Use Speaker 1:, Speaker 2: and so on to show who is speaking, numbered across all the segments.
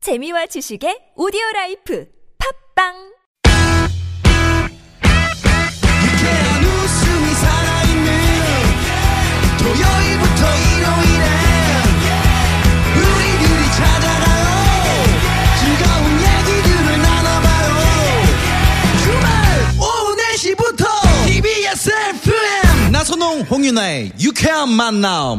Speaker 1: 재미와 지식의 오디오 라이프 팝빵!
Speaker 2: 유쾌한 웃음이 살아있는 토요일부터 일요일에 우리들이 찾아가요 즐거운 얘기들을 나눠봐요 주말 오후 4시부터 TBS FM 나선홍 홍윤아의 유쾌한 만남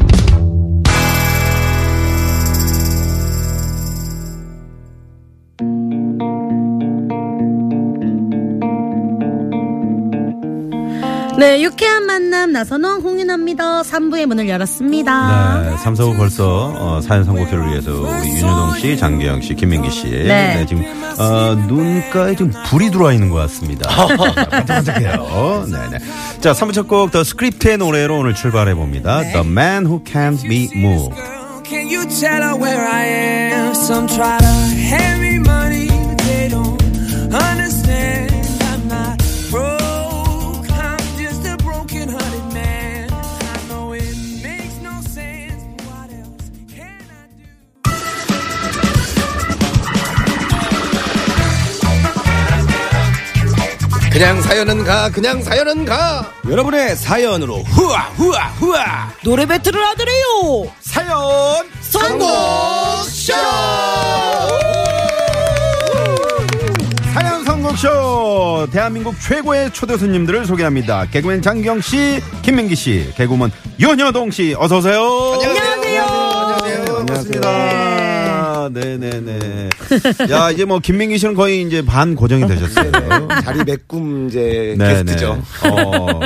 Speaker 3: 네, 유쾌한 만남 나선홍 홍윤아입니다. 3부의 문을 열었습니다.
Speaker 4: 네, 3, 4부 벌써 어, 사연 선곡회를 위해서 우리 윤여동 씨, 장기영 씨, 김민기 씨.
Speaker 3: 네.
Speaker 4: 지금 어, 눈가에 좀 불이 들어와 있는 것 같습니다. 반짝반짝해요. 네, 네. 자, 3부 첫 곡 더 스크립트의 노래로 오늘 출발해 봅니다. The Man Who Can't Be Moved.
Speaker 5: Can you tell her where I am? Some try to hand me money, but they don't understand. I'm not broke, I'm just a broken hearted man. I know it makes no sense. What else can I do?
Speaker 6: 그냥 사연은 가 그냥 사연은 가 아, 여러분의 사연으로 후아 후아 후아
Speaker 3: 노래 배틀을 하더래요.
Speaker 6: 사연
Speaker 3: 성공!
Speaker 6: 선곡쇼
Speaker 4: 사연 선곡쇼 대한민국 최고의 초대 손님들을 소개합니다. 개그맨 장경 씨, 김민기 씨, 개그맨 윤여동 씨, 어서 오세요.
Speaker 6: 안녕하세요 네. 안녕하세요
Speaker 4: 반갑습니다. 네네네. 야 이제 뭐 김민기 씨는 거의 이제 반 고정이 되셨어요.
Speaker 6: 자리 메꿈 이제
Speaker 4: 네네.
Speaker 6: 게스트죠
Speaker 4: 어,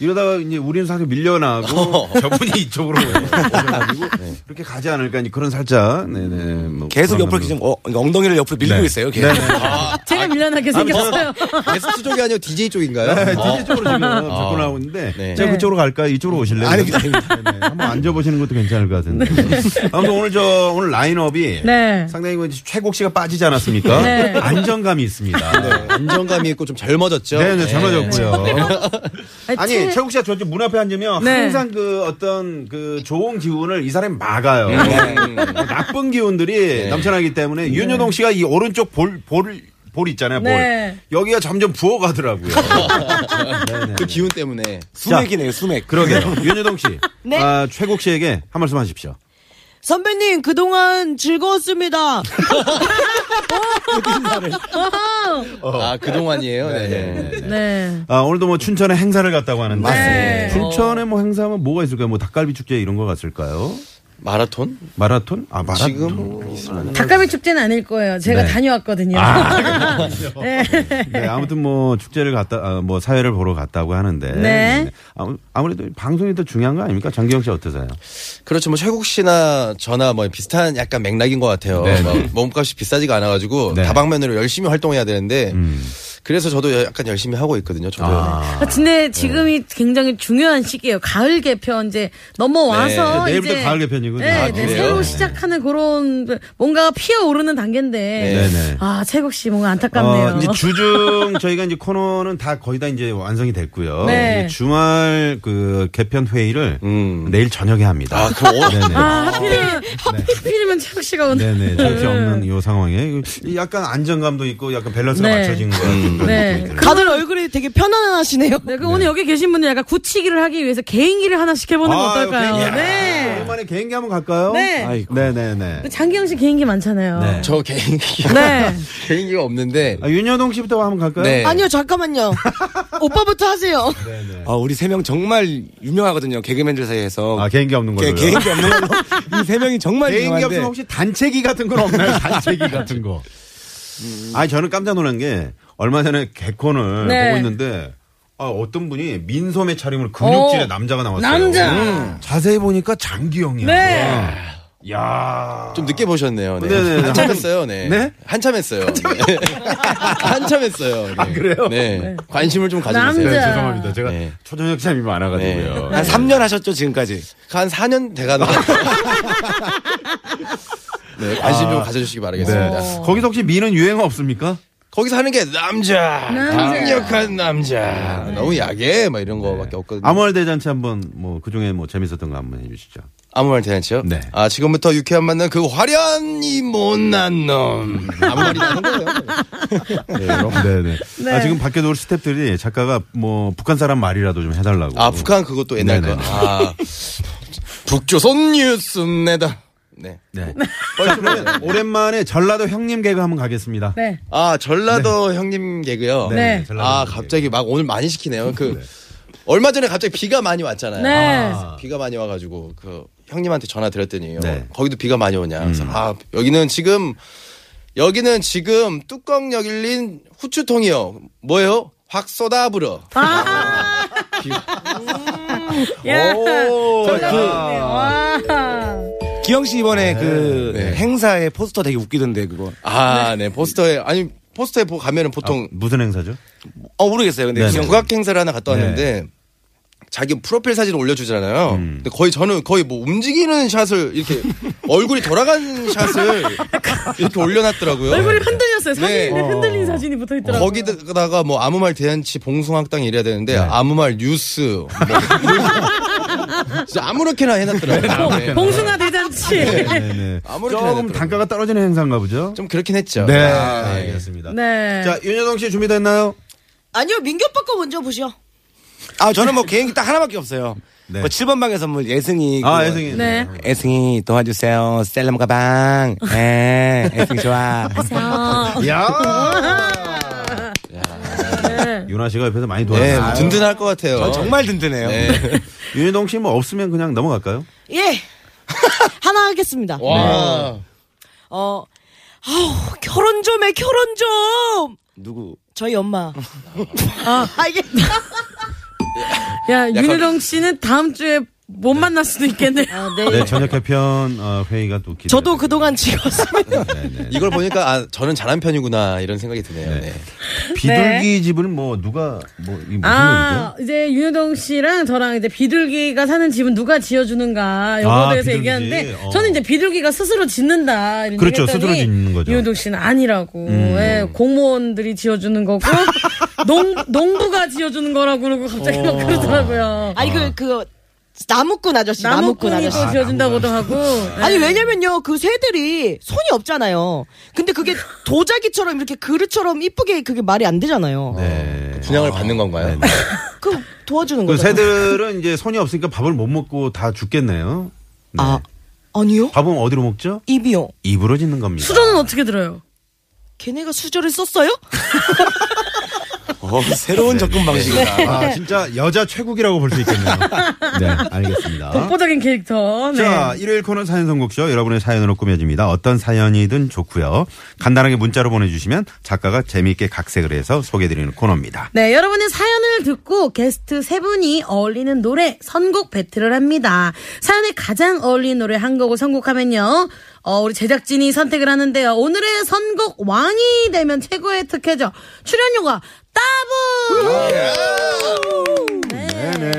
Speaker 4: 이러다가 이제 우리는 사실
Speaker 6: 어.
Speaker 4: 밀려나고 저분이 이쪽으로
Speaker 6: 네.
Speaker 4: 오셔가지고 그렇게 가지 않을까 이제 그런 살짝 네네. 뭐
Speaker 6: 계속
Speaker 4: 그런
Speaker 6: 옆으로 이렇게
Speaker 4: 감도.
Speaker 6: 좀 어, 엉덩이를 옆으로 밀고
Speaker 4: 네.
Speaker 6: 있어요 계속 아.
Speaker 3: 제가
Speaker 4: 아,
Speaker 3: 밀려나게
Speaker 4: 뭐,
Speaker 3: 생겼어요.
Speaker 7: 게스트 쪽이 아니고 DJ 쪽인가요?
Speaker 4: 네, DJ 쪽으로 지금
Speaker 6: 어.
Speaker 4: 접근하고 있는데
Speaker 6: 네.
Speaker 4: 제가 그쪽으로 갈까요? 이쪽으로 오실래요?
Speaker 7: 아닙니다,
Speaker 4: 네네. 한번 앉아보시는 것도 괜찮을 것 같은데. 아무튼 오늘 저 오늘 라인업이
Speaker 3: 네.
Speaker 4: 상당히 뭐 최국 씨가 빠지지 않았습니까?
Speaker 3: 네.
Speaker 4: 안정감이 있습니다. 네.
Speaker 7: 안정감이 있고 좀 젊어졌죠?
Speaker 4: 네네 잘 맞았고요. 아니
Speaker 3: 채-
Speaker 4: 최국 씨가 저쪽 문 앞에 앉으면
Speaker 3: 네.
Speaker 4: 항상 그 어떤 그 좋은 기운을 이 사람이 막아요. 뭐 나쁜 기운들이 넘쳐나기 때문에 윤여동 씨가 이 오른쪽 볼 볼 볼 있잖아요. 볼
Speaker 3: 네.
Speaker 4: 여기가 점점 부어가더라고요.
Speaker 7: 그 기운 때문에.
Speaker 6: 수맥이네요 수맥
Speaker 4: 그러게요. 윤여동 씨.
Speaker 3: 네.
Speaker 4: 아, 최국 씨에게 한 말씀 하십시오.
Speaker 3: 선배님, 그동안 즐거웠습니다.
Speaker 7: 아, 그동안이에요? 네.
Speaker 3: 네.
Speaker 4: 아, 오늘도 뭐 춘천에 행사를 갔다고 하는데.
Speaker 7: 네.
Speaker 3: 맞습니다.
Speaker 4: 춘천에 뭐 행사하면 뭐가 있을까요? 뭐 닭갈비 축제 이런 거 갔을까요?
Speaker 7: 마라톤?
Speaker 4: 마라톤? 아, 마라톤.
Speaker 7: 지금
Speaker 3: 닭갈비 축제는 아닐 거예요. 제가
Speaker 4: 음. 네. 아,
Speaker 3: 다녀왔거든요.
Speaker 4: 네, 아무튼 뭐 축제를 갔다, 아, 뭐 사회를 보러 갔다고 하는데.
Speaker 3: 네.
Speaker 4: 아무, 아무래도 방송이 더 중요한 거 아닙니까? 장기영 씨 어떠세요?
Speaker 7: 그렇죠. 뭐, 최국 씨나 저나 뭐, 비슷한 약간 맥락인 것 같아요.
Speaker 4: 네,
Speaker 7: 막 몸값이 비싸지가 않아가지고,
Speaker 4: 네. 음.
Speaker 7: 다방면으로 열심히 활동해야 되는데, 그래서 저도 약간 열심히 하고 있거든요. 저도.
Speaker 3: 아,
Speaker 4: 네.
Speaker 3: 근데 지금이 굉장히 중요한 시기예요. 가을 개편 이제 넘어와서
Speaker 4: 네, 내일부터
Speaker 3: 이제
Speaker 4: 가을 개편이군요.
Speaker 3: 네,
Speaker 4: 아,
Speaker 3: 네,
Speaker 7: 그래요?
Speaker 3: 새로
Speaker 7: 네.
Speaker 3: 시작하는 그런 뭔가 피어오르는 단계인데.
Speaker 7: 네,
Speaker 4: 네.
Speaker 3: 아, 채국 씨 뭔가 안타깝네요.
Speaker 4: 어, 이제 주중 저희가 이제 코너는 다 거의 다 이제 완성이 됐고요.
Speaker 3: 네.
Speaker 4: 이제 주말 그 개편 회의를
Speaker 7: 음.
Speaker 4: 내일 저녁에 합니다.
Speaker 7: 아, 그럼 오-
Speaker 4: 네네.
Speaker 3: 아, 하필이면, 하필이면 채국 씨가 오늘.
Speaker 4: 네네. 정신 없는 이 상황에 약간 안정감도 있고 약간 밸런스가
Speaker 3: 네.
Speaker 4: 맞춰진 것 같은 그런
Speaker 3: 네.
Speaker 4: 느낌이 들어요.
Speaker 3: 다들 얼굴이 되게 편안하시네요. 네, 그 오늘 여기 계신 분들 약간 굳히기를 하기 위해서 개인기를 하나씩 해보는 거
Speaker 4: 아유,
Speaker 3: 어떨까요?
Speaker 4: 개인기. 아. 야,
Speaker 3: 네.
Speaker 4: 오랜만에 개인기 한번 갈까요?
Speaker 3: 네.
Speaker 7: 아이고.
Speaker 4: 네네네.
Speaker 3: 장기영 씨 개인기 많잖아요.
Speaker 4: 네.
Speaker 7: 저 개인기.
Speaker 3: 네.
Speaker 7: 개인기가 없는데.
Speaker 4: 아, 윤여동 씨부터 한번 갈까요?
Speaker 7: 네.
Speaker 8: 아니요, 잠깐만요. 오빠부터 하세요.
Speaker 6: 아, 우리 세 명 정말 유명하거든요 개그맨들 사이에서
Speaker 4: 아, 개인기 없는 걸로.
Speaker 6: 개, 개인기 없는 걸로 이 세 명이 정말
Speaker 4: 개인기
Speaker 6: 유명한데
Speaker 4: 없으면 혹시 단체기 같은 건 없나요? 단체기 같은 거. 아니, 저는 깜짝 놀란 게 얼마 전에 개콘을
Speaker 3: 네.
Speaker 4: 보고 있는데 아, 어떤 분이 민소매 차림으로 근육질의
Speaker 3: 오,
Speaker 4: 남자가 나왔어요. 음.
Speaker 3: 남자.
Speaker 4: 자세히 보니까 장기영이야. 어.
Speaker 3: 네.
Speaker 4: 야.
Speaker 7: 좀 늦게 보셨네요. 네.
Speaker 4: 네네네.
Speaker 7: 한참
Speaker 4: 한참-
Speaker 7: 했어요. 네.
Speaker 4: 네?
Speaker 7: 한참 했어요. 네. 한참 했어요.
Speaker 6: 아,
Speaker 7: 네.
Speaker 4: 그래요?
Speaker 7: 네. 관심을 좀 가져주세요.
Speaker 3: 남자.
Speaker 4: 네, 죄송합니다. 제가
Speaker 7: 네.
Speaker 4: 초저녁 잠이 많아가지고요. 네.
Speaker 6: 한 3년 하셨죠 지금까지
Speaker 7: 한 4년 돼가는 것 같아요. 네, 관심
Speaker 6: 아.
Speaker 7: 좀 가져주시기 바라겠습니다.
Speaker 4: 네. 거기서 혹시 미는 유행어 없습니까?
Speaker 7: 거기서 하는 게 남자, 네.
Speaker 3: 남자.
Speaker 7: 강력한
Speaker 4: 네.
Speaker 7: 남자, 너무 약해, 막뭐 이런 거밖에 없거든요.
Speaker 4: 암월 대잔치 한번 뭐 그중에 뭐 재밌었던 거 한번 해주시죠.
Speaker 7: 아무 말도 괜찮죠?
Speaker 4: 네.
Speaker 7: 아, 지금부터 유쾌한 만남 그 화려한 이 못난 놈. 음, 아무 말이 나는 거예요.
Speaker 4: 네네. 아, 지금 밖에 놓을 스탭들이 작가가 뭐 북한 사람 말이라도 좀 해달라고.
Speaker 7: 아, 북한 그것도 옛날 거.
Speaker 4: 네네네.
Speaker 7: 아, 북조선 뉴스입니다. 네.
Speaker 4: 네. 자, 그러면 오랜만에 전라도 형님 개그 한번 가겠습니다.
Speaker 3: 네.
Speaker 7: 아, 전라도 형님 개그요.
Speaker 3: 네.
Speaker 4: 전라도
Speaker 7: 아,
Speaker 4: 형님
Speaker 7: 갑자기 막 오늘 많이 시키네요. 그 얼마 전에 갑자기 비가 많이 왔잖아요.
Speaker 3: 네.
Speaker 7: 아, 비가 많이 와가지고 그 형님한테 전화 드렸더니 어,
Speaker 4: 네. 음.
Speaker 7: 거기도 비가 많이 오냐. 그래서 아 여기는 지금 여기는 지금 뚜껑 열린 후추통이요. 뭐예요? 확 쏟아불어.
Speaker 3: 야.
Speaker 6: 오, 그
Speaker 3: 와.
Speaker 6: 기영 씨 이번에 그
Speaker 7: 네.
Speaker 6: 행사에 포스터 되게 웃기던데 그거.
Speaker 7: 아, 네. 포스터에 아니 포스터에 보- 가면은 보통
Speaker 4: 무슨 행사죠?
Speaker 6: 어 모르겠어요. 근데
Speaker 4: 네네.
Speaker 6: 기영
Speaker 7: 국악 행사를 하나 갔다 왔는데 자기 프로필 사진 올려주잖아요. 근데 거의 저는 거의 뭐 움직이는 샷을 이렇게 얼굴이 돌아간 샷을 이렇게 올려놨더라고요.
Speaker 3: 얼굴이 흔들렸어요. 사진인데
Speaker 7: 네.
Speaker 3: 흔들린 사진이 붙어 있더라고요.
Speaker 7: 거기다가 뭐 아무 말 대잔치 봉숭학당 이래야 되는데 아무 말 뉴스 뭐 진짜 아무렇게나 해놨더라고요. 네.
Speaker 3: 봉숭아 대잔치.
Speaker 4: 네네.
Speaker 7: 아무렇게나
Speaker 4: 조금
Speaker 7: 해놨더라고요.
Speaker 4: 단가가 떨어지는 행사인가 보죠?
Speaker 7: 좀 그렇긴 했죠.
Speaker 4: 네.
Speaker 7: 아,
Speaker 4: 알겠습니다.
Speaker 3: 네.
Speaker 4: 자, 윤여동 씨 준비됐나요?
Speaker 8: 아니요, 민규 오빠 거 먼저 보시오.
Speaker 6: 아 저는 뭐 개인기 딱 하나밖에 없어요.
Speaker 4: 네.
Speaker 6: 뭐 7번 방의 선물 예승이.
Speaker 4: 아,
Speaker 6: 그거.
Speaker 4: 예승이.
Speaker 3: 네.
Speaker 6: 예승이 도와주세요. 셀럽 가방. 에 예승 좋아.
Speaker 4: 야 윤아 씨가 옆에서 많이
Speaker 7: 네, 뭐
Speaker 4: 도와주세요.
Speaker 7: 든든할 것 같아요.
Speaker 6: 저 정말 든든해요.
Speaker 7: 네.
Speaker 4: 윤여동 씨 뭐 없으면 그냥 넘어갈까요?
Speaker 8: 예. 하나 하겠습니다.
Speaker 7: 와.
Speaker 6: 네.
Speaker 8: 어, 아우, 결혼 좀 해, 결혼 좀!
Speaker 6: 누구?
Speaker 8: 저희 엄마. 아, 이게.
Speaker 3: 야, 윤희동 씨는 다음 주에 못 만날 수도 아, 있겠네. 요
Speaker 8: 네.
Speaker 4: 네, 저녁 개편 어, 회의가 또 네, 기대.
Speaker 8: 저도 그동안 찍었습니다.
Speaker 7: 이걸 보니까 아, 저는 잘한 편이구나 이런 생각이 드네요. 네.
Speaker 4: 비둘기 집을 뭐 누가 뭐 이게 무슨
Speaker 3: 아,
Speaker 4: 얘기죠?
Speaker 3: 이제 윤효동 씨랑 저랑 이제 비둘기가 사는 집은 누가 지어주는가, 이거에
Speaker 4: 아,
Speaker 3: 대해서
Speaker 4: 비둘기.
Speaker 3: 얘기하는데,
Speaker 4: 어.
Speaker 3: 저는 이제 비둘기가 스스로 짓는다. 이런
Speaker 4: 그렇죠.
Speaker 3: 얘기했더니
Speaker 4: 스스로 짓는 거죠. 음.
Speaker 3: 윤효동 씨는 아니라고. 예, 공무원들이 지어주는 거고, 농, 농부가 지어주는 거라고 그러고 갑자기 막 그러더라고요.
Speaker 8: 아니,
Speaker 4: 어.
Speaker 8: 그, 그, 나무꾼 아저씨, 나무꾼
Speaker 3: 나무꾼이
Speaker 8: 아저씨.
Speaker 3: 또 지어준다고도 하고. 예.
Speaker 8: 아니 왜냐면요 그 새들이 손이 없잖아요. 근데 그게 도자기처럼 이렇게 그릇처럼 이쁘게 그게 말이 안 되잖아요.
Speaker 4: 네.
Speaker 7: 분양을 받는 건가요?
Speaker 6: 네,
Speaker 8: 그 도와주는
Speaker 4: 그
Speaker 8: 거죠.
Speaker 4: 새들은 이제 손이 없으니까 밥을 못 먹고 다 죽겠네요. 네.
Speaker 8: 아 아니요
Speaker 4: 밥은 어디로 먹죠?
Speaker 8: 입이요.
Speaker 4: 입으로 짓는 겁니다.
Speaker 3: 예. 수저는 어떻게 들어요?
Speaker 8: 걔네가 수저를 썼어요?
Speaker 6: 어,
Speaker 7: 네.
Speaker 6: 새로운 접근 방식이다.
Speaker 4: 아, 진짜 여자 최국이라고 볼 수 있겠네요. 네, 알겠습니다.
Speaker 3: 독보적인 캐릭터. 네.
Speaker 4: 자, 일요일 코너 사연 선곡쇼 여러분의 사연으로 꾸며집니다. 어떤 사연이든 좋고요. 간단하게 문자로 보내주시면 작가가 재미있게 각색을 해서 소개해드리는 코너입니다.
Speaker 3: 네, 여러분의 사연을 듣고 게스트 세 분이 어울리는 노래 선곡 배틀을 합니다. 사연에 가장 어울리는 노래 한 곡을 선곡하면요. 어, 우리 제작진이 선택을 하는데요. 오늘의 선곡 왕이 되면 최고의 특혜죠. 출연료가
Speaker 4: 예.
Speaker 3: 따블! 네.
Speaker 4: 네네.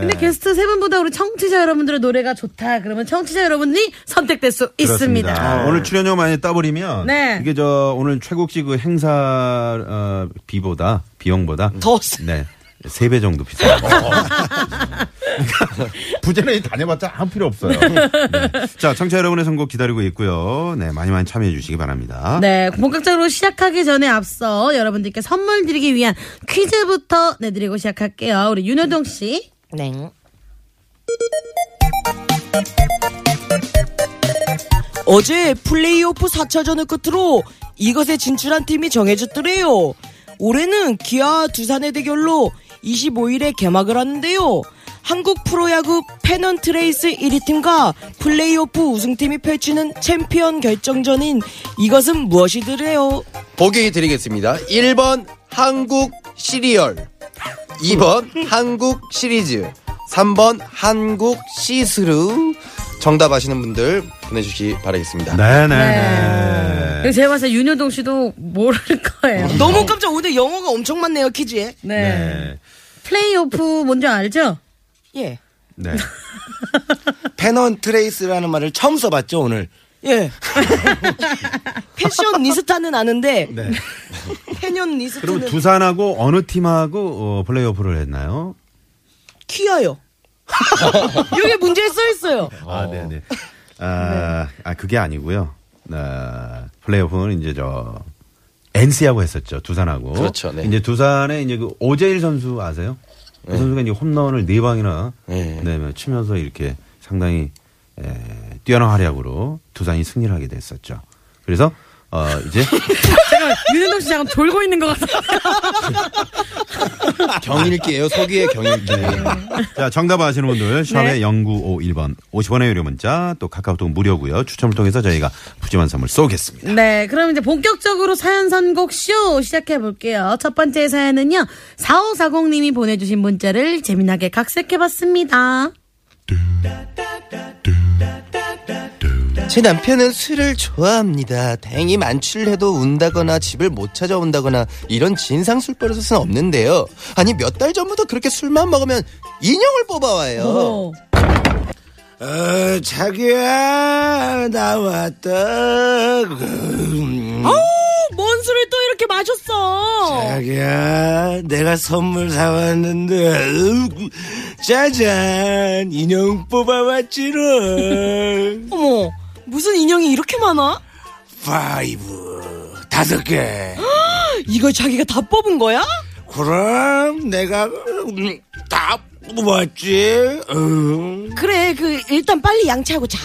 Speaker 3: 근데 게스트 세 분보다 우리 청취자 여러분들의 노래가 좋다. 그러면 청취자 여러분이 선택될 수
Speaker 4: 그렇습니다. 어,
Speaker 3: 있습니다.
Speaker 4: 오늘 출연료 많이 따버리면
Speaker 3: 네.
Speaker 4: 이게 저 오늘 최국 씨그 행사 어, 비보다 비용보다
Speaker 8: 더 쓰-
Speaker 4: 네. 세 배 정도 비싸요. 부재는 다녀봤자 아무 필요 없어요. 네. 자, 청취자 여러분의 선곡 기다리고 있고요. 네, 많이 많이 참여해 주시기 바랍니다.
Speaker 3: 네, 본격적으로 시작하기 전에 앞서 여러분들께 선물 드리기 위한 퀴즈부터 내드리고 시작할게요. 우리 윤효동 씨.
Speaker 8: 네. 어제 플레이오프 4차전을 끝으로 이것에 진출한 팀이 정해졌더래요. 올해는 기아와 두산의 대결로 25일에 개막을 하는데요. 한국 프로야구 패넌트레이스 1위 팀과 플레이오프 우승팀이 펼치는 챔피언 결정전인 이것은 무엇이더래요?
Speaker 7: 보기 드리겠습니다. 1번 한국 시리얼, 2번 한국 시리즈, 3번 한국 시스루. 정답 아시는 분들 보내주시기 바라겠습니다.
Speaker 4: 네, 네,
Speaker 3: 그리고
Speaker 4: 네.
Speaker 3: 제가 봤을 때 윤효동 씨도 모를 거예요.
Speaker 8: 너무 깜짝 오늘 영어가 엄청 많네요 퀴즈에.
Speaker 3: 어. 네.
Speaker 4: 네.
Speaker 3: 플레이오프 뭔지 알죠?
Speaker 8: 예.
Speaker 4: 네.
Speaker 6: 패넌 트레이스라는 말을 처음 써봤죠 오늘.
Speaker 8: 예. 패션 니스타는 아는데
Speaker 4: 네.
Speaker 8: 패년
Speaker 4: 그럼
Speaker 8: 니스타는
Speaker 4: 두산하고 어느 팀하고 어, 플레이오프를 했나요?
Speaker 8: 키아요. 여기 문제에 써 있어요.
Speaker 4: 아, 네네. 아, 아, 그게 아니고요. 아, 플레이오프는 이제 저 NC하고 했었죠. 두산하고.
Speaker 7: 그렇죠, 네.
Speaker 4: 이제 두산에 이제 그 오재일 선수 아세요? 그 선수가 이제 홈런을 네 방이나
Speaker 7: 네.
Speaker 4: 네, 치면서 이렇게 상당히 에, 뛰어난 활약으로 두산이 승리를 하게 됐었죠. 그래서 어 이제
Speaker 3: 제가 윤현동 씨 잠깐 돌고 있는 것 같아요.
Speaker 7: 경일기예요. 서기의 경일기.
Speaker 4: 네. 자, 정답 아시는 분들 샵에
Speaker 3: 네.
Speaker 4: 0951번 50원의 유료 문자 또 카카오톡 무료고요. 추첨을 통해서 저희가 푸짐한 선물 쏘겠습니다.
Speaker 3: 네, 그럼 이제 본격적으로 사연 선곡 쇼 시작해 볼게요. 첫 번째 사연은요. 4540님이 보내주신 문자를 재미나게 각색해 봤습니다.
Speaker 7: 제 남편은 술을 좋아합니다. 다행히 만취를 해도 운다거나 집을 못 찾아온다거나 이런 진상 술 버릇은 없는데요. 아니 몇 달 전부터 그렇게 술만 먹으면 인형을 뽑아와요.
Speaker 3: 오.
Speaker 6: 어, 자기야, 나 왔다. 음,
Speaker 8: 뭔 술을 또 이렇게 마셨어?
Speaker 6: 자기야, 내가 선물 사왔는데, 으구, 짜잔, 인형 뽑아왔지롱.
Speaker 8: 어머, 무슨 인형이 이렇게 많아?
Speaker 6: 파이브, 다섯 개.
Speaker 8: 이걸 자기가 다 뽑은 거야?
Speaker 6: 그럼 내가 음, 다 뽑았지. 음, 응.
Speaker 8: 그래, 그 일단 빨리 양치하고 자.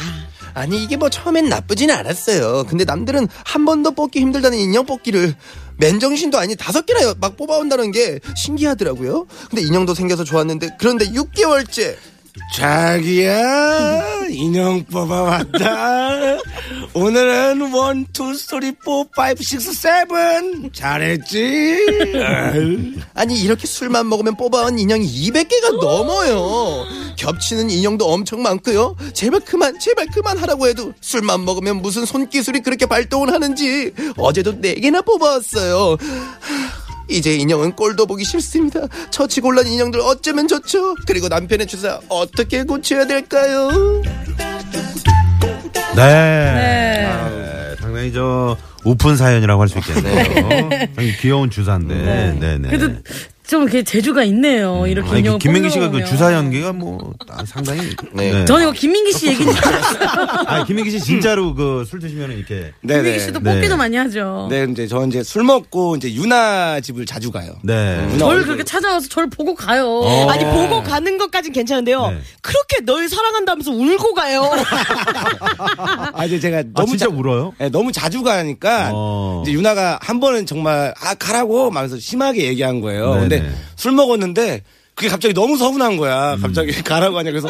Speaker 7: 아니 이게 뭐 처음엔 나쁘진 않았어요. 근데 남들은 한 번 더 뽑기 힘들다는 인형 뽑기를 맨정신도 아니 다섯 개나 막 뽑아온다는 게 신기하더라고요. 근데 인형도 생겨서 좋았는데 그런데 6개월째
Speaker 6: 자기야 인형 뽑아왔다. 오늘은 원, 투, 쓰리, 포, 파이브, 식스, 세븐. 잘했지. 아유.
Speaker 7: 아니 이렇게 술만 먹으면 뽑아온 인형이 200개가 넘어요. 겹치는 인형도 엄청 많고요. 제발 그만 제발 그만하라고 해도 술만 먹으면 무슨 손기술이 그렇게 발동을 하는지 어제도 4개나 뽑아왔어요. 하, 이제 인형은 꼴도 보기 싫습니다. 처치 곤란 인형들 어쩌면 좋죠? 그리고 남편의 주사 어떻게 고쳐야 될까요?
Speaker 4: 네. 아, 상당히 저 오픈 사연이라고 할 수 있겠네요. 상당히 귀여운 주사인데. 네, 네.
Speaker 3: 그래도 좀 이렇게 재주가 있네요. 음, 이렇게
Speaker 4: 아니,
Speaker 3: 인형을
Speaker 4: 그 김민기 씨가 그
Speaker 3: 뽑는 거 보면.
Speaker 4: 주사 연기가 뭐 아, 상당히.
Speaker 7: 네.
Speaker 3: 저는 이거 김민기 씨 얘기인 줄 알았어요.
Speaker 4: 아 김민기 씨
Speaker 3: 음.
Speaker 4: 진짜로 그 술 드시면 이렇게.
Speaker 3: 김민기 씨도
Speaker 4: 네.
Speaker 3: 뽑기도 많이 하죠.
Speaker 6: 네, 이제 저 이제 술 먹고 이제 유나 집을 자주 가요.
Speaker 4: 네.
Speaker 6: 누나
Speaker 3: 저를
Speaker 6: 얼굴.
Speaker 3: 어, 그렇게 어, 찾아와서 저를 보고 가요.
Speaker 8: 아니 보고 가는 것까진 괜찮은데요.
Speaker 4: 어. 네.
Speaker 8: 그렇게 널 사랑한다면서 울고 가요.
Speaker 6: 아, 이제 제가
Speaker 4: 아,
Speaker 6: 너무
Speaker 4: 진짜
Speaker 6: 자-
Speaker 4: 울어요?
Speaker 6: 예, 너무 자주 가니까
Speaker 4: 어.
Speaker 6: 이제 유나가 한 번은 정말 아 가라고 하면서 심하게 얘기한 거예요.
Speaker 4: 네네.
Speaker 6: 근데 술 먹었는데 그게 갑자기 너무 서운한 거야.
Speaker 4: 음.
Speaker 6: 갑자기 가라고 하냐 그래서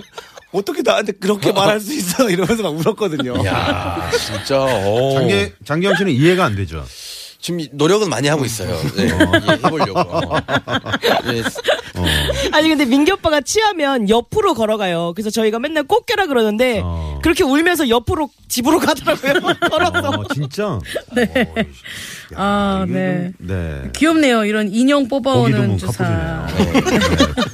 Speaker 6: 어떻게 나한테 그렇게 말할 수 있어 이러면서 막 울었거든요.
Speaker 7: 진짜
Speaker 4: 장기 장기영 씨는 이해가 안 되죠.
Speaker 7: 지금 노력은 많이 하고 있어요. 네, 예, 해보려고.
Speaker 8: 아니 근데 민기 오빠가 취하면 옆으로 걸어가요. 그래서 저희가 맨날 꽃게라 그러는데
Speaker 4: 어.
Speaker 8: 그렇게 울면서 옆으로 집으로 가더라고요. 걸어서.
Speaker 4: 어, 진짜. 어,
Speaker 3: 아,
Speaker 4: 이게
Speaker 3: 네.
Speaker 4: 좀- 네.
Speaker 3: 귀엽네요. 이런 인형
Speaker 4: 거기도
Speaker 3: 뽑아오는
Speaker 4: 뭐
Speaker 3: 주사.
Speaker 4: 카푸시네요. 아, 예.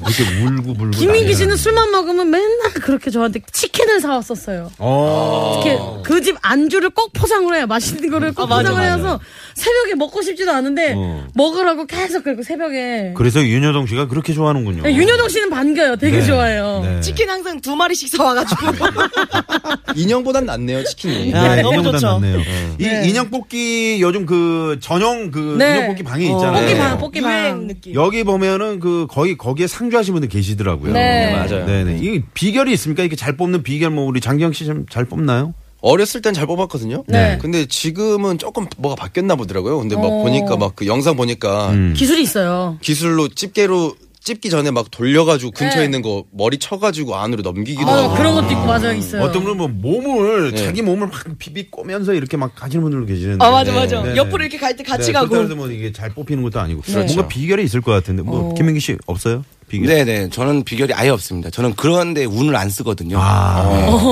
Speaker 4: 이렇게 울고 물고.
Speaker 3: 김민기 씨는
Speaker 4: 난리나는데.
Speaker 3: 술만 먹으면 맨날 그렇게 저한테 치킨을 사왔었어요.
Speaker 4: 어.
Speaker 3: 이렇게 그 집 안주를 꼭 포장을 해요. 맛있는 거를 꼭 포장을 해서 새벽에 먹고 싶지도 않은데
Speaker 4: 어.
Speaker 3: 먹으라고 계속 그리고 새벽에
Speaker 4: 그래서 윤여동 씨가 그렇게 좋아하는군요.
Speaker 3: 네, 윤여동 씨는 반겨요. 되게
Speaker 4: 네.
Speaker 3: 좋아해요.
Speaker 4: 네.
Speaker 8: 치킨 항상 두 마리씩 사와가지고.
Speaker 7: 인형보단 낫네요 치킨이.
Speaker 8: 야,
Speaker 4: 네,
Speaker 8: 너무
Speaker 4: 인형보단
Speaker 8: 좋죠.
Speaker 4: 낫네요. 이 인형 뽑기 요즘 그 전용 그
Speaker 3: 네.
Speaker 4: 인형 뽑기 방이 있잖아요.
Speaker 3: 뽑기 방, 뽑기
Speaker 8: 유행
Speaker 3: 방.
Speaker 8: 느낌.
Speaker 4: 여기 보면은 그 거의 거기에 상주하신 분들 계시더라고요.
Speaker 3: 네.
Speaker 7: 맞아요.
Speaker 4: 네네. 이 비결이 있습니까? 이렇게 잘 뽑는 비결 뭐 우리 장경 씨 좀 잘 뽑나요?
Speaker 7: 어렸을 땐 잘 뽑았거든요.
Speaker 3: 네.
Speaker 7: 근데 지금은 조금 뭐가 바뀌었나 보더라고요. 근데 막
Speaker 3: 어.
Speaker 7: 보니까 막 그 영상 보니까
Speaker 4: 음.
Speaker 3: 기술이 있어요.
Speaker 7: 기술로 집게로 찝기 전에 막 돌려가지고 근처에
Speaker 3: 네.
Speaker 7: 있는 거 머리 쳐가지고 안으로
Speaker 4: 아.
Speaker 7: 넘기기도
Speaker 3: 어,
Speaker 7: 하고.
Speaker 3: 그런 것도 있고 맞아요 있어요.
Speaker 4: 어떤 분은 뭐 몸을
Speaker 7: 네.
Speaker 4: 자기 몸을 막 비비 꼬면서 이렇게 막 가시는 분들도 계시는데.
Speaker 3: 어,
Speaker 8: 아 맞아 맞아.
Speaker 4: 네, 네.
Speaker 8: 옆으로 이렇게 갈 때 같이
Speaker 4: 네,
Speaker 8: 가고.
Speaker 4: 그렇다고 해서 뭐 이게 잘 뽑히는 것도 아니고 뭔가
Speaker 7: 그렇죠.
Speaker 4: 비결이 있을 것 같은데 뭐 김민기 씨 없어요? 비결.
Speaker 6: 네네, 저는 비결이 아예 없습니다. 저는 그런데 운을 안 쓰거든요.
Speaker 4: 아,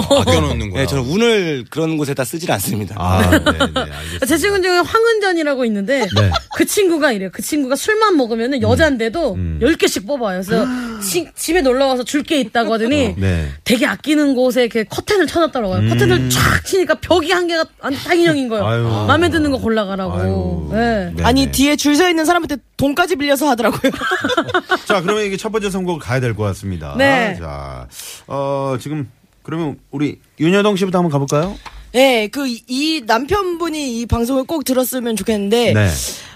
Speaker 7: 아껴놓는 거야.
Speaker 6: 네, 저는 운을 그런 곳에다 쓰질 않습니다.
Speaker 4: 아, 네, 네, 알겠습니다.
Speaker 3: 제 친구 중에 황은전이라고 있는데
Speaker 4: 네.
Speaker 3: 그 친구가 이래요. 그 친구가 술만 먹으면
Speaker 4: 음.
Speaker 3: 여잔데도 열 10개씩 뽑아요. 그래서 지- 집에 놀러와서 줄 게 있다고 하더니
Speaker 4: 네. 음.
Speaker 3: 되게 아끼는 곳에 이렇게 커튼을 쳐놨더라고요. 커튼을 쫙 치니까 벽이 한 개가 안- 딱 인형인 거예요.
Speaker 4: 아유.
Speaker 3: 마음에 드는 거 골라가라고.
Speaker 4: 아유.
Speaker 3: 예.
Speaker 4: 네,
Speaker 8: 아니
Speaker 4: 네.
Speaker 8: 뒤에 줄 서 있는 사람한테 돈까지 빌려서 하더라고요.
Speaker 4: 자, 그러면 이게 첫 번째 선곡 가야 될 것 같습니다.
Speaker 3: 네.
Speaker 4: 자, 어, 지금 그러면 우리 윤여동 씨부터 한번 가볼까요?
Speaker 8: 네, 그, 이- 이 남편분이 이 방송을 꼭 들었으면 좋겠는데,
Speaker 4: 네.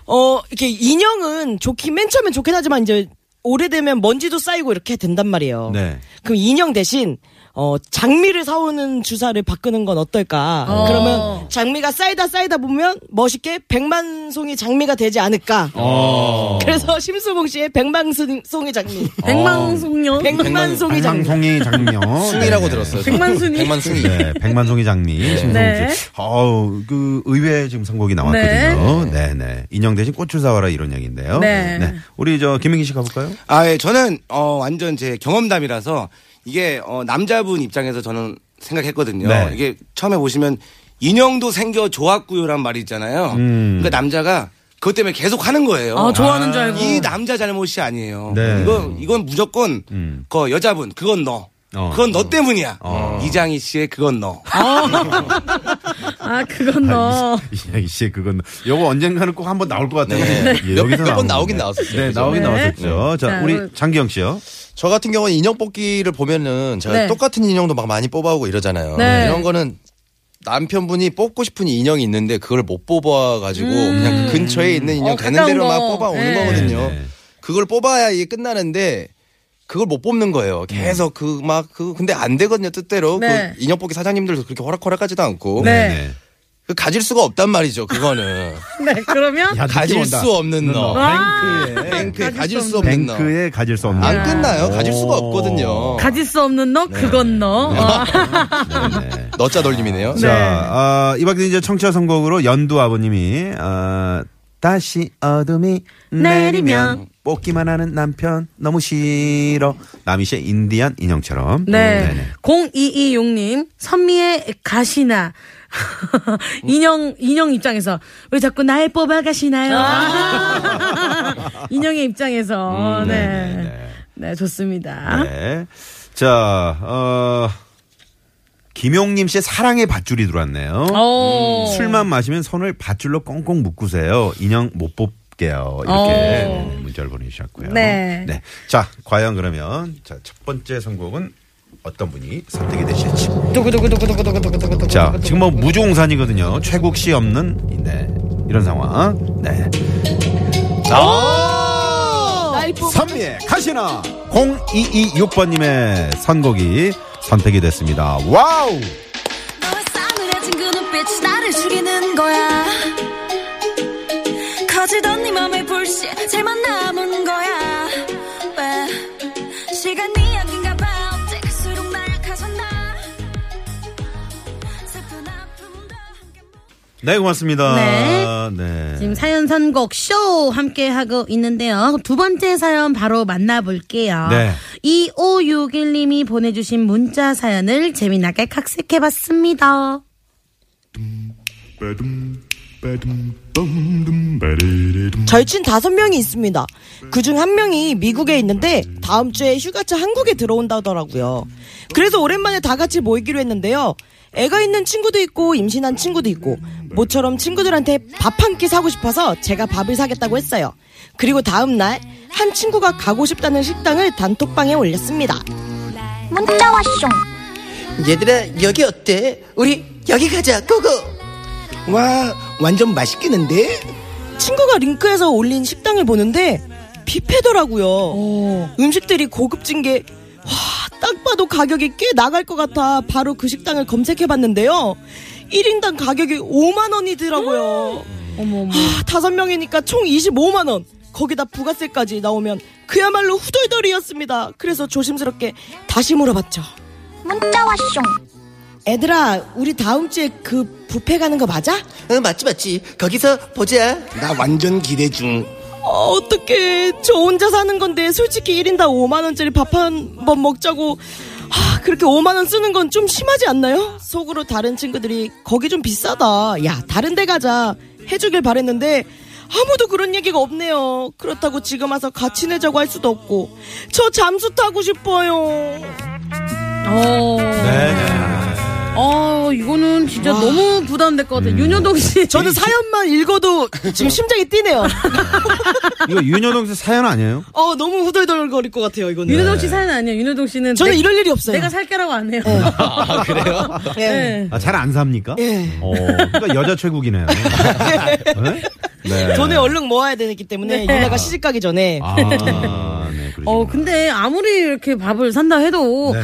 Speaker 8: 어, 이렇게 인형은 좋긴, 맨 처음엔 좋긴 하지만 이제 오래되면 먼지도 쌓이고 이렇게 된단 말이에요.
Speaker 4: 네.
Speaker 8: 그럼 인형 대신, 어, 장미를 사오는 주사를 바꾸는 건 어떨까? 그러면 장미가 쌓이다 쌓이다 보면 멋있게 백만송이 장미가 되지 않을까?
Speaker 4: 어.
Speaker 8: 그래서 심수봉 씨의 백만송이 장미.
Speaker 4: 아.
Speaker 3: 백망송녀.
Speaker 8: 백만송이 장미.
Speaker 4: 백만송이 장미요.
Speaker 7: 승이라고
Speaker 4: 네.
Speaker 7: 들었어요.
Speaker 3: 백만순이.
Speaker 7: 백만순이.
Speaker 4: 네, 백만송이 장미. 심성훈
Speaker 3: 네.
Speaker 4: 씨. 어우, 그 의외의 지금 선곡이 나왔거든요. 네, 네. 인형 대신 꽃을 사와라 이런 얘기인데요.
Speaker 3: 네.
Speaker 4: 우리 저 김민기 씨 가볼까요?
Speaker 6: 아, 예, 저는, 어, 완전 제 경험담이라서 이게, 어, 남자분 입장에서 저는 생각했거든요.
Speaker 4: 네.
Speaker 6: 이게 처음에 보시면 인형도 생겨 좋았고요란 말이 있잖아요.
Speaker 4: 음.
Speaker 6: 그러니까 남자가 그것 때문에 계속 하는 거예요.
Speaker 3: 아, 좋아하는 줄 알고.
Speaker 6: 이 남자 잘못이 아니에요.
Speaker 4: 네. 음.
Speaker 6: 이건, 이건 무조건, 그 여자분, 그건 너.
Speaker 4: 어.
Speaker 6: 그건 너 때문이야. 이장희 씨의 그건 너.
Speaker 3: 아, 그건 너.
Speaker 4: 이씨 그건 요거 언젠가는 꼭 한번 나올 것 같아요. 예,
Speaker 7: 네. 몇-
Speaker 4: 여기서
Speaker 7: 몇번
Speaker 4: 나오는데.
Speaker 7: 나오긴 나왔었어요.
Speaker 4: 네,
Speaker 7: 그죠?
Speaker 4: 나오긴
Speaker 3: 네.
Speaker 4: 나왔었죠. 자,
Speaker 3: 자,
Speaker 4: 우리
Speaker 3: 오늘-
Speaker 4: 장기영 씨요.
Speaker 7: 저 같은 경우는 인형 뽑기를 보면은 제가
Speaker 3: 네.
Speaker 7: 똑같은 인형도 막 많이 뽑아오고 이러잖아요.
Speaker 3: 네.
Speaker 7: 이런 거는 남편분이 뽑고 싶은 인형이 있는데 그걸 못 뽑아가지고 그냥 그 근처에 있는 인형
Speaker 3: 음. 어,
Speaker 7: 되는
Speaker 3: 가까운
Speaker 7: 대로 막
Speaker 3: 거.
Speaker 7: 뽑아오는
Speaker 3: 네.
Speaker 7: 거거든요.
Speaker 4: 네, 네.
Speaker 7: 그걸 뽑아야 이게 끝나는데 그걸 못 뽑는
Speaker 4: 음.
Speaker 7: 거예요. 계속 그 막 그 근데 안 되거든요 뜻대로
Speaker 3: 네.
Speaker 7: 그 인형 뽑기 사장님들도 그렇게 허락허락하지도
Speaker 4: 어,
Speaker 7: 않고
Speaker 3: 네.
Speaker 7: 그 가질 수가 없단 말이죠. 그거는
Speaker 3: 네, 그러면.
Speaker 4: 야,
Speaker 7: 가질
Speaker 4: 느낌 온다. 음.
Speaker 7: 수 없는 너.
Speaker 3: 아, 와,
Speaker 7: 뱅크에 가질 수 없는 너.
Speaker 4: 뱅크에 가질 수 없는.
Speaker 7: 안 끝나요. 가질 수가
Speaker 4: 오.
Speaker 7: 없거든요.
Speaker 3: 가질 수 없는 너, 그건 너. 와.
Speaker 4: 네, 네.
Speaker 7: 너자 돌림이네요.
Speaker 4: 자, 아, 이 밖에 이제 청취자 선곡으로 연두 아버님이, 아, 다시 어둠이 내리면
Speaker 3: 내리면
Speaker 4: 뽑기만 하는 남편 너무 싫어. 남이 씨의 인디안 인형처럼.
Speaker 3: 네.
Speaker 4: 음, 네네.
Speaker 3: 0226님, 선미의 가시나. 인형, 인형 입장에서. 왜 자꾸 날 뽑아 가시나요? 인형의 입장에서. 네.
Speaker 4: 네네네.
Speaker 3: 네, 좋습니다.
Speaker 4: 네. 자, 어, 김용님 씨의 사랑의 밧줄이 들어왔네요.
Speaker 3: 오.
Speaker 4: 음, 술만 마시면 손을 밧줄로 꽁꽁 묶으세요. 인형 못 뽑게요. 이렇게
Speaker 3: 어.
Speaker 4: 네네, 문자를 보내주셨고요.
Speaker 3: 네.
Speaker 4: 자, 과연 그러면 자, 첫 번째 선곡은 어떤 분이 선택이 되실지. 자, 지금 뭐 무종산이거든요. 최국 씨 없는 네, 이런 상황. 네. 선미의 가시나 0226번님의 선곡이 선택이 됐습니다. 와우!
Speaker 9: 너의 싸늘해진 그 눈빛이 나를 죽이는 거야 커지던 네 맘의 불씨 제만 남은 거야 왜 시간이 약인가 봐 어째갈수록 나약해서 나 슬픈 아픔도 함께 뭐.
Speaker 4: 네, 고맙습니다.
Speaker 3: 네. 지금 사연 선곡 쇼 함께 하고 있는데요. 두 번째 사연 바로 만나볼게요.
Speaker 4: 네.
Speaker 3: 2561님이 보내주신 문자 사연을 재미나게 각색해봤습니다.
Speaker 8: 절친 다섯 명이 있습니다. 그 중 한 명이 미국에 있는데 다음 주에 휴가차 한국에 들어온다더라고요. 그래서 오랜만에 다 같이 모이기로 했는데요. 애가 있는 친구도 있고 임신한 친구도 있고 모처럼 친구들한테 밥 한 끼 사고 싶어서 제가 밥을 사겠다고 했어요. 그리고 다음 날 한 친구가 가고 싶다는 식당을 단톡방에 올렸습니다.
Speaker 7: 얘들아 여기 어때? 우리 여기 가자 고고
Speaker 6: 와, 완전 맛있겠는데?
Speaker 8: 친구가 링크에서 올린 식당을 보는데 뷔페더라고요. 음식들이 고급진 게 와, 딱 봐도 가격이 꽤 나갈 것 같아 바로 그 식당을 검색해봤는데요. 1인당 가격이 5만 원이더라고요.
Speaker 3: 어머, 어머.
Speaker 8: 아, 다섯 명이니까 총 25만 원. 거기다 부가세까지 나오면 그야말로 후덜덜이었습니다. 그래서 조심스럽게 다시 물어봤죠. 애들아, 우리 다음 주에 그 뷔페 가는 거 맞아?
Speaker 7: 응 맞지 맞지 거기서 보자
Speaker 6: 나 완전 기대 중.
Speaker 8: 어, 어떡해. 저 혼자 사는 건데 솔직히 1인당 5만원짜리 밥 한 번 먹자고. 하, 그렇게 5만원 쓰는 건 좀 심하지 않나요? 속으로 다른 친구들이 거기 좀 비싸다. 야, 다른 데 가자. 해주길 바랬는데 아무도 그런 얘기가 없네요. 그렇다고 지금 와서 같이 내자고 할 수도 없고. 저 잠수 타고 싶어요.
Speaker 3: 오.
Speaker 4: 네네.
Speaker 3: 어, 이거는 진짜 너무 부담될 것
Speaker 4: 음.
Speaker 3: 같아요. 윤여동 씨.
Speaker 8: 저는 사연만 읽어도 지금 심장이 뛰네요.
Speaker 4: 이거 윤여동 씨 사연 아니에요?
Speaker 8: 어, 너무 후덜덜거릴 것 같아요, 이거는.
Speaker 3: 윤여동
Speaker 4: 네.
Speaker 3: 씨 사연 아니에요. 윤여동 씨는.
Speaker 8: 저는 네.
Speaker 3: 내-
Speaker 8: 이럴 일이 없어요.
Speaker 3: 내가 살게라고 안 해요. 네.
Speaker 7: 아, 그래요?
Speaker 8: 예.
Speaker 4: 아, 잘 안 삽니까?
Speaker 8: 예.
Speaker 4: 어, 그러니까 여자 최국이네요. 네? 네.
Speaker 8: 돈을 얼른 모아야 되기 때문에
Speaker 3: 네.
Speaker 8: 유나가 시집 가기 전에
Speaker 4: 아, 네, 그러시구나.
Speaker 3: 어, 근데 아무리 이렇게 밥을 산다 해도.
Speaker 4: 네.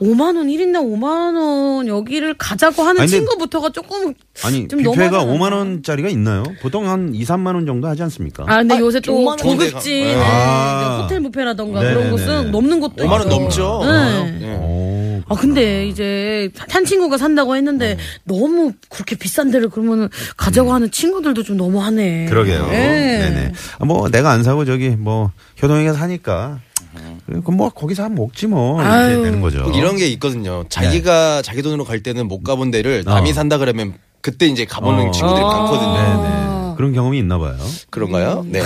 Speaker 3: 5만원, 1인당 5만원, 여기를 가자고 하는
Speaker 4: 아니, 근데-
Speaker 3: 친구부터가 조금.
Speaker 4: 아니
Speaker 3: 좀
Speaker 4: 뷔페가
Speaker 3: 너무하잖아요.
Speaker 4: 5만 원짜리가 있나요? 보통 한 2, 3만 원 정도 하지 않습니까?
Speaker 3: 아, 근데 요새 또
Speaker 8: 5만 원
Speaker 3: 고급진 네.
Speaker 4: 아.
Speaker 3: 호텔 뷔페라던가
Speaker 4: 네네네.
Speaker 3: 그런 곳은 넘는 것도
Speaker 4: 아,
Speaker 7: 5만 원
Speaker 3: 있고.
Speaker 7: 넘죠.
Speaker 4: 음.
Speaker 8: 아.
Speaker 3: 네.
Speaker 4: 오,
Speaker 3: 아 근데 이제 한 친구가 산다고 했는데
Speaker 4: 네.
Speaker 3: 너무 그렇게 비싼 데를 그러면은 가자고 하는 친구들도 좀 너무하네.
Speaker 4: 음. 그러게요.
Speaker 3: 예.
Speaker 4: 네네. 아, 뭐 내가 안 사고 저기 뭐 효동이가 사니까
Speaker 6: 음.
Speaker 4: 그럼 뭐 거기서 한 먹지 뭐 이렇게
Speaker 3: 아유.
Speaker 4: 되는 거죠.
Speaker 7: 꼭 음. 이런 게 있거든요. 자기가 자기 돈으로 갈 때는 못 가본 데를 남이
Speaker 4: 네. 어.
Speaker 7: 산다 그러면 그때 이제 가보는
Speaker 4: 어.
Speaker 7: 친구들이
Speaker 4: 아.
Speaker 7: 많거든요.
Speaker 4: 네네. 음. 그런 경험이 있나 봐요.
Speaker 7: 그런가요? 네.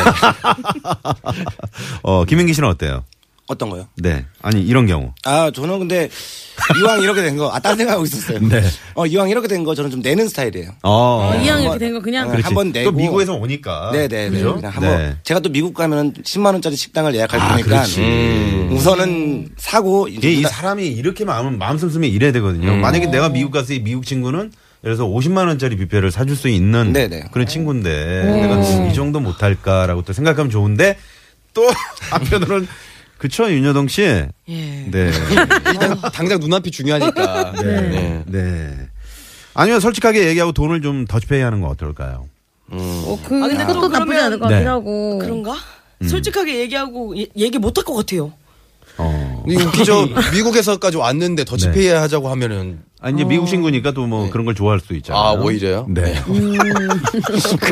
Speaker 4: 어, 김민기 씨는 어때요?
Speaker 6: 어떤 거요?
Speaker 4: 네. 아니 이런 경우.
Speaker 6: 아, 저는 근데 이왕 이렇게 된 거, 아, 딴 생각하고 있었어요.
Speaker 4: 네.
Speaker 6: 어, 이왕 이렇게 된 거 저는 좀 내는 스타일이에요.
Speaker 4: 어.
Speaker 3: 어, 이왕 이렇게 된 거 그냥
Speaker 6: 그래. 한번
Speaker 4: 또
Speaker 6: 내고.
Speaker 4: 미국에서 오니까.
Speaker 6: 네네. 네.
Speaker 4: 아, 그죠?
Speaker 6: 그냥 한번
Speaker 4: 네.
Speaker 6: 제가 또 미국 가면 10만 원짜리 식당을 예약할
Speaker 4: 아,
Speaker 6: 거니까
Speaker 4: 그렇지.
Speaker 6: 음, 우선은 사고 이제
Speaker 4: 이게 이
Speaker 6: 누나-
Speaker 4: 사람이 이렇게 마음 마음 씀씀이 이래야 되거든요. 만약에 내가 미국 가서 이 미국 친구는 예를 들어서 50만 원짜리 뷔페를 사줄 수 있는
Speaker 6: 네네. 음.
Speaker 4: 그런 친구인데 내가 이 정도 못할까라고 또 생각하면 좋은데 또 한편으로는 그쵸 윤여동 씨.
Speaker 8: 예.
Speaker 4: 네.
Speaker 7: 일단 당장 눈앞이 중요하니까. 네.
Speaker 4: 네. 아니면 솔직하게 얘기하고 돈을 좀 더치페이 하는 거 어떨까요?
Speaker 3: 어, 그,
Speaker 8: 아, 근데
Speaker 3: 근데 그것도
Speaker 8: 그러면-
Speaker 3: 나쁘지 않을 것
Speaker 4: 네.
Speaker 3: 같기도 하고.
Speaker 8: 그런가?
Speaker 4: 음.
Speaker 8: 솔직하게 얘기하고 예- 얘기 못 할 것 같아요.
Speaker 4: 어.
Speaker 7: 이게 웃기죠. 미국에서까지 왔는데
Speaker 4: 네.
Speaker 7: 더치페이 하자고 하면은
Speaker 4: 아 이제 미국 친구니까 또 뭐 그런 걸 좋아할 수 있잖아요.
Speaker 7: 아, 오히려요?
Speaker 4: 네.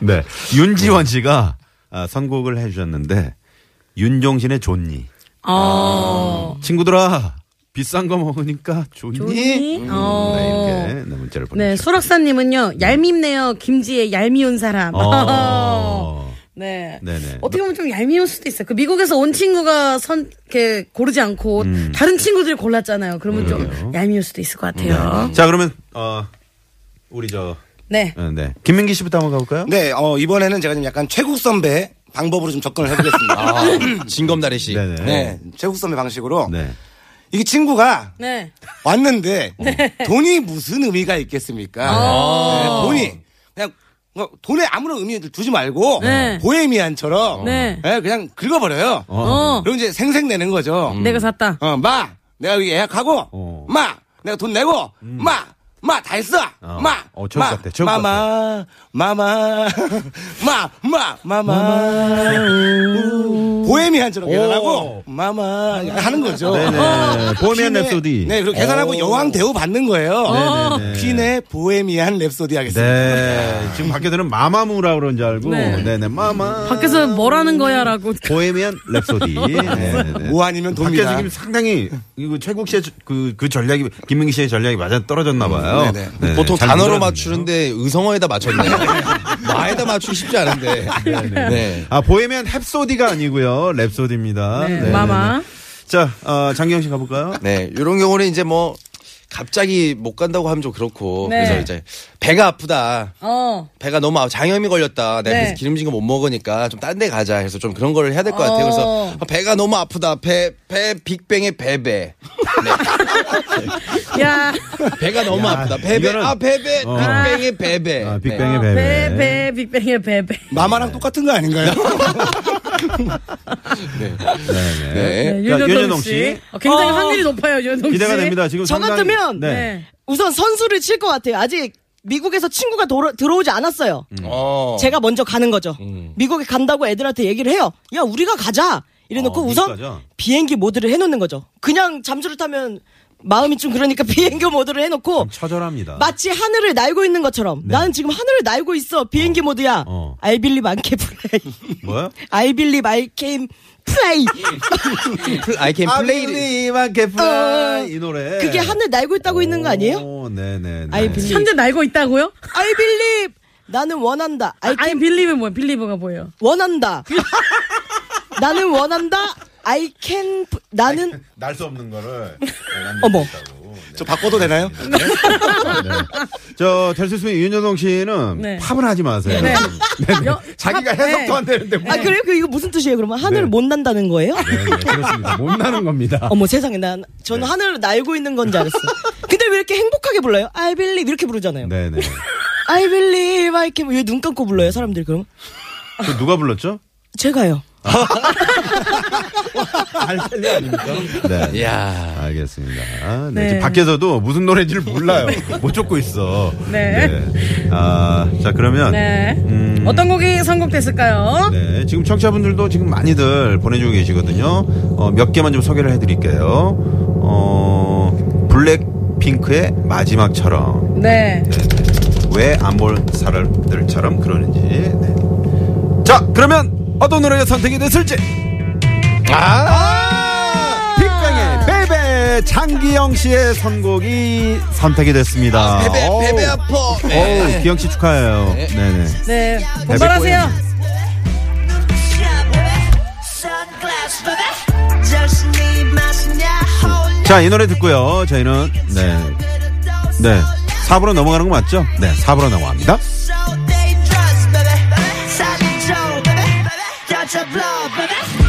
Speaker 4: 네. 윤지원 씨가 아, 선곡을 해주셨는데 윤종신의 존니.
Speaker 3: 어.
Speaker 4: 친구들아 비싼 거 먹으니까 좋니?
Speaker 3: 좋니?
Speaker 4: 음,
Speaker 3: 어.
Speaker 4: 네, 이렇게 네, 문자를
Speaker 3: 네,
Speaker 4: 보내주셨어요.
Speaker 3: 소락사님은요, 얄밉네요. 김지의 얄미운 사람.
Speaker 4: 어.
Speaker 3: 네.
Speaker 4: 네네.
Speaker 3: 어떻게 보면 좀 얄미울 수도 있어요. 그 미국에서 온 친구가 선, 이렇게 고르지 않고 다른 친구들이 골랐잖아요. 그러면
Speaker 4: 음. 그러게요.
Speaker 3: 좀 얄미울 수도 있을 것 같아요.
Speaker 4: 네. 자 그러면 어 우리 저
Speaker 3: 네.
Speaker 4: 어, 네. 김민기 씨부터 한번 가볼까요?
Speaker 6: 네, 어, 이번에는 제가 좀 약간 최국 선배 방법으로 좀 접근을 해보겠습니다.
Speaker 7: 진검다리 씨.
Speaker 4: 아, 네네.
Speaker 6: 네, 최국 선배 방식으로
Speaker 4: 네.
Speaker 6: 이게 친구가
Speaker 3: 네.
Speaker 6: 왔는데 돈이 무슨 의미가 있겠습니까?
Speaker 3: 아.
Speaker 6: 네, 돈이 그냥 뭐 돈에 아무런 의미를 두지 말고
Speaker 3: 네.
Speaker 6: 보헤미안처럼
Speaker 3: 네.
Speaker 6: 네, 그냥 긁어버려요.
Speaker 3: 어.
Speaker 6: 그럼 이제 생색내는 거죠.
Speaker 3: 네. 내가 샀다.
Speaker 6: 어, 마 내가 여기 예약하고
Speaker 4: 어. 음.
Speaker 6: 마 내가 돈 내고 마 마 다 했어
Speaker 4: 어.
Speaker 6: 마
Speaker 4: 어, 최고
Speaker 6: 마,
Speaker 4: 같아, 최고
Speaker 6: 마마 마마 마마 마마 우. 보헤미안처럼 계산하고 마마 하는 거죠.
Speaker 4: 네네. 보헤미안
Speaker 6: 퀸의-
Speaker 4: 랩소디.
Speaker 6: 네, 그리고 계산하고 여왕 대우 받는 거예요.
Speaker 4: 네네네.
Speaker 6: 퀸의 보헤미안 랩소디 하겠습니다.
Speaker 4: 네. 지금 밖에서는 마마무라 그런 줄 알고.
Speaker 3: 네.
Speaker 4: 네. 네 마마.
Speaker 3: 밖에서 뭐라는 거야 라고.
Speaker 4: 보헤미안 랩소디. 네, 네, 네.
Speaker 6: 뭐 아니면
Speaker 4: 밖에서
Speaker 6: 돕니다.
Speaker 4: 지금 상당히 이거 최국 씨의 그, 그 전략이 김민기 씨의 전략이 맞아 떨어졌나 봐요.
Speaker 6: 음, 네네.
Speaker 4: 네네.
Speaker 7: 보통
Speaker 4: 잘
Speaker 7: 단어로
Speaker 4: 만들어졌네요.
Speaker 7: 맞추는데 의성어에다 맞췄네. 나에다 맞추기 쉽지 않은데. 네.
Speaker 4: 아 보헤미안 햅소디가 아니고요 랩소디입니다.
Speaker 3: 네,
Speaker 4: 네,
Speaker 3: 마마.
Speaker 4: 네, 네. 자 어, 장경 씨 가볼까요?
Speaker 7: 네, 이런 경우는 이제 뭐 갑자기 못 간다고 하면 좀 그렇고
Speaker 3: 네.
Speaker 7: 그래서 이제 배가 아프다.
Speaker 3: 어.
Speaker 7: 배가 너무 아파 장염이 걸렸다. 내가
Speaker 3: 네.
Speaker 7: 그래서 기름진 거 못 먹으니까 좀 딴 데 가자. 해서 좀 그런 걸 해야 될 것 같아요.
Speaker 3: 어.
Speaker 7: 그래서 배가 너무 아프다. 배, 배, 빅뱅의 네. 배배.
Speaker 3: 야.
Speaker 7: 배가 너무
Speaker 4: 야,
Speaker 7: 아프다. 배배.
Speaker 4: 이거는-
Speaker 7: 아, 배배.
Speaker 4: 어.
Speaker 7: 빅뱅의 배배.
Speaker 4: 아,
Speaker 7: 네.
Speaker 4: 빅뱅의 베베.
Speaker 3: 베베. 빅뱅의 베베.
Speaker 6: 마마랑 똑같은 거 아닌가요?
Speaker 4: 네, 네.
Speaker 7: 네.
Speaker 3: 네,
Speaker 4: 자,
Speaker 3: 윤여동
Speaker 4: 윤여동
Speaker 3: 씨.
Speaker 4: 씨.
Speaker 3: 어, 굉장히
Speaker 8: 어.
Speaker 3: 확률이 높아요, 윤여동 씨.
Speaker 4: 기대가 됩니다. 지금
Speaker 8: 저
Speaker 4: 상당히-
Speaker 8: 같으면
Speaker 4: 네.
Speaker 8: 우선 선수를 칠 것 같아요. 아직 미국에서 친구가 도로- 들어오지 않았어요.
Speaker 4: 음.
Speaker 7: 어.
Speaker 8: 제가 먼저 가는 거죠. 미국에 간다고 애들한테 얘기를 해요. 야, 우리가 가자. 이래놓고
Speaker 4: 어,
Speaker 8: 우선
Speaker 4: 미국까지요?
Speaker 8: 비행기 모드를 해놓는 거죠. 그냥 잠수를 타면 마음이 좀 그러니까 비행기 모드를 해놓고
Speaker 4: 처절합니다.
Speaker 8: 마치 하늘을 날고 있는 것처럼 나는 지금 하늘을 날고 있어 비행기 모드야
Speaker 4: 네. 어.
Speaker 8: 알빌리 만케 플레이
Speaker 4: 뭐요?
Speaker 8: 알빌리 말케임 플레이
Speaker 7: I can
Speaker 4: 아.
Speaker 7: play. it.
Speaker 4: 플레이만
Speaker 8: 어,
Speaker 4: 개플이 노래.
Speaker 8: 그게 하늘 날고 있다고 있는 거 아니에요?
Speaker 4: 네네네.
Speaker 8: I believe.
Speaker 3: 현재 날고 있다고요?
Speaker 8: 알빌리 나는 원한다 I
Speaker 3: 아이 빌리브 뭐야? 빌리브가 뭐예요?
Speaker 8: 원한다 나는 원한다 I can 나는
Speaker 4: 날 수 없는 거를. 네.
Speaker 8: 어머.
Speaker 6: 저 바꿔도 되나요?
Speaker 4: 저, 될수있으면 윤여동 씨는
Speaker 3: 네.
Speaker 4: 팝을 하지 마세요.
Speaker 3: 네.
Speaker 4: 네네.
Speaker 3: 여-
Speaker 4: 자기가
Speaker 3: 팝,
Speaker 4: 해석도
Speaker 3: 네.
Speaker 4: 안 되는데. 뭐.
Speaker 8: 아 그래요? 그 이거 무슨 뜻이에요? 그러면 하늘을 못 난다는 거예요?
Speaker 4: 네, 네, 그렇습니다. 못 나는 겁니다.
Speaker 8: 어머 세상에 난 저는 하늘을 날고 있는 건지 알았어. 근데 왜 이렇게 행복하게 불러요? I believe 이렇게 부르잖아요.
Speaker 4: 네네.
Speaker 8: I believe I can 왜 눈 감고 불러요 사람들이 그럼?
Speaker 4: 그 누가 불렀죠?
Speaker 8: 제가요.
Speaker 4: 알칼리 아닙니까? 네.
Speaker 6: 야
Speaker 4: 알겠습니다. 네.
Speaker 3: 네.
Speaker 4: 지금 밖에서도 무슨 노래인지를 몰라요. 못 쫓고 있어.
Speaker 3: 네.
Speaker 4: 아, 자, 그러면.
Speaker 3: 네.
Speaker 4: 음.
Speaker 3: 어떤 곡이 선곡됐을까요?
Speaker 4: 네, 지금 청취자분들도 지금 많이들 보내주고 계시거든요. 어, 몇 개만 좀 소개를 해드릴게요. 어, 블랙핑크의 마지막처럼
Speaker 3: 네.
Speaker 4: 왜 안 볼 사람들처럼 그러는지. 네. 자, 그러면 어떤 노래가 선택이 됐을지. 아, 빅뱅의 베베 장기영 씨의 선곡이 선택이 됐습니다.
Speaker 7: 베베,
Speaker 4: 어우,
Speaker 7: 베베 아퍼. 네.
Speaker 4: 어우, 기영 씨 축하해요. 네, 네.
Speaker 3: 네. 본발하세요.
Speaker 4: 자, 이 노래 듣고요. 저희는 네. 네. 4부로 넘어가는 거 맞죠? 네, 4부로 넘어갑니다.
Speaker 10: So dangerous, baby. Solid Joe, baby. Got your blood, baby.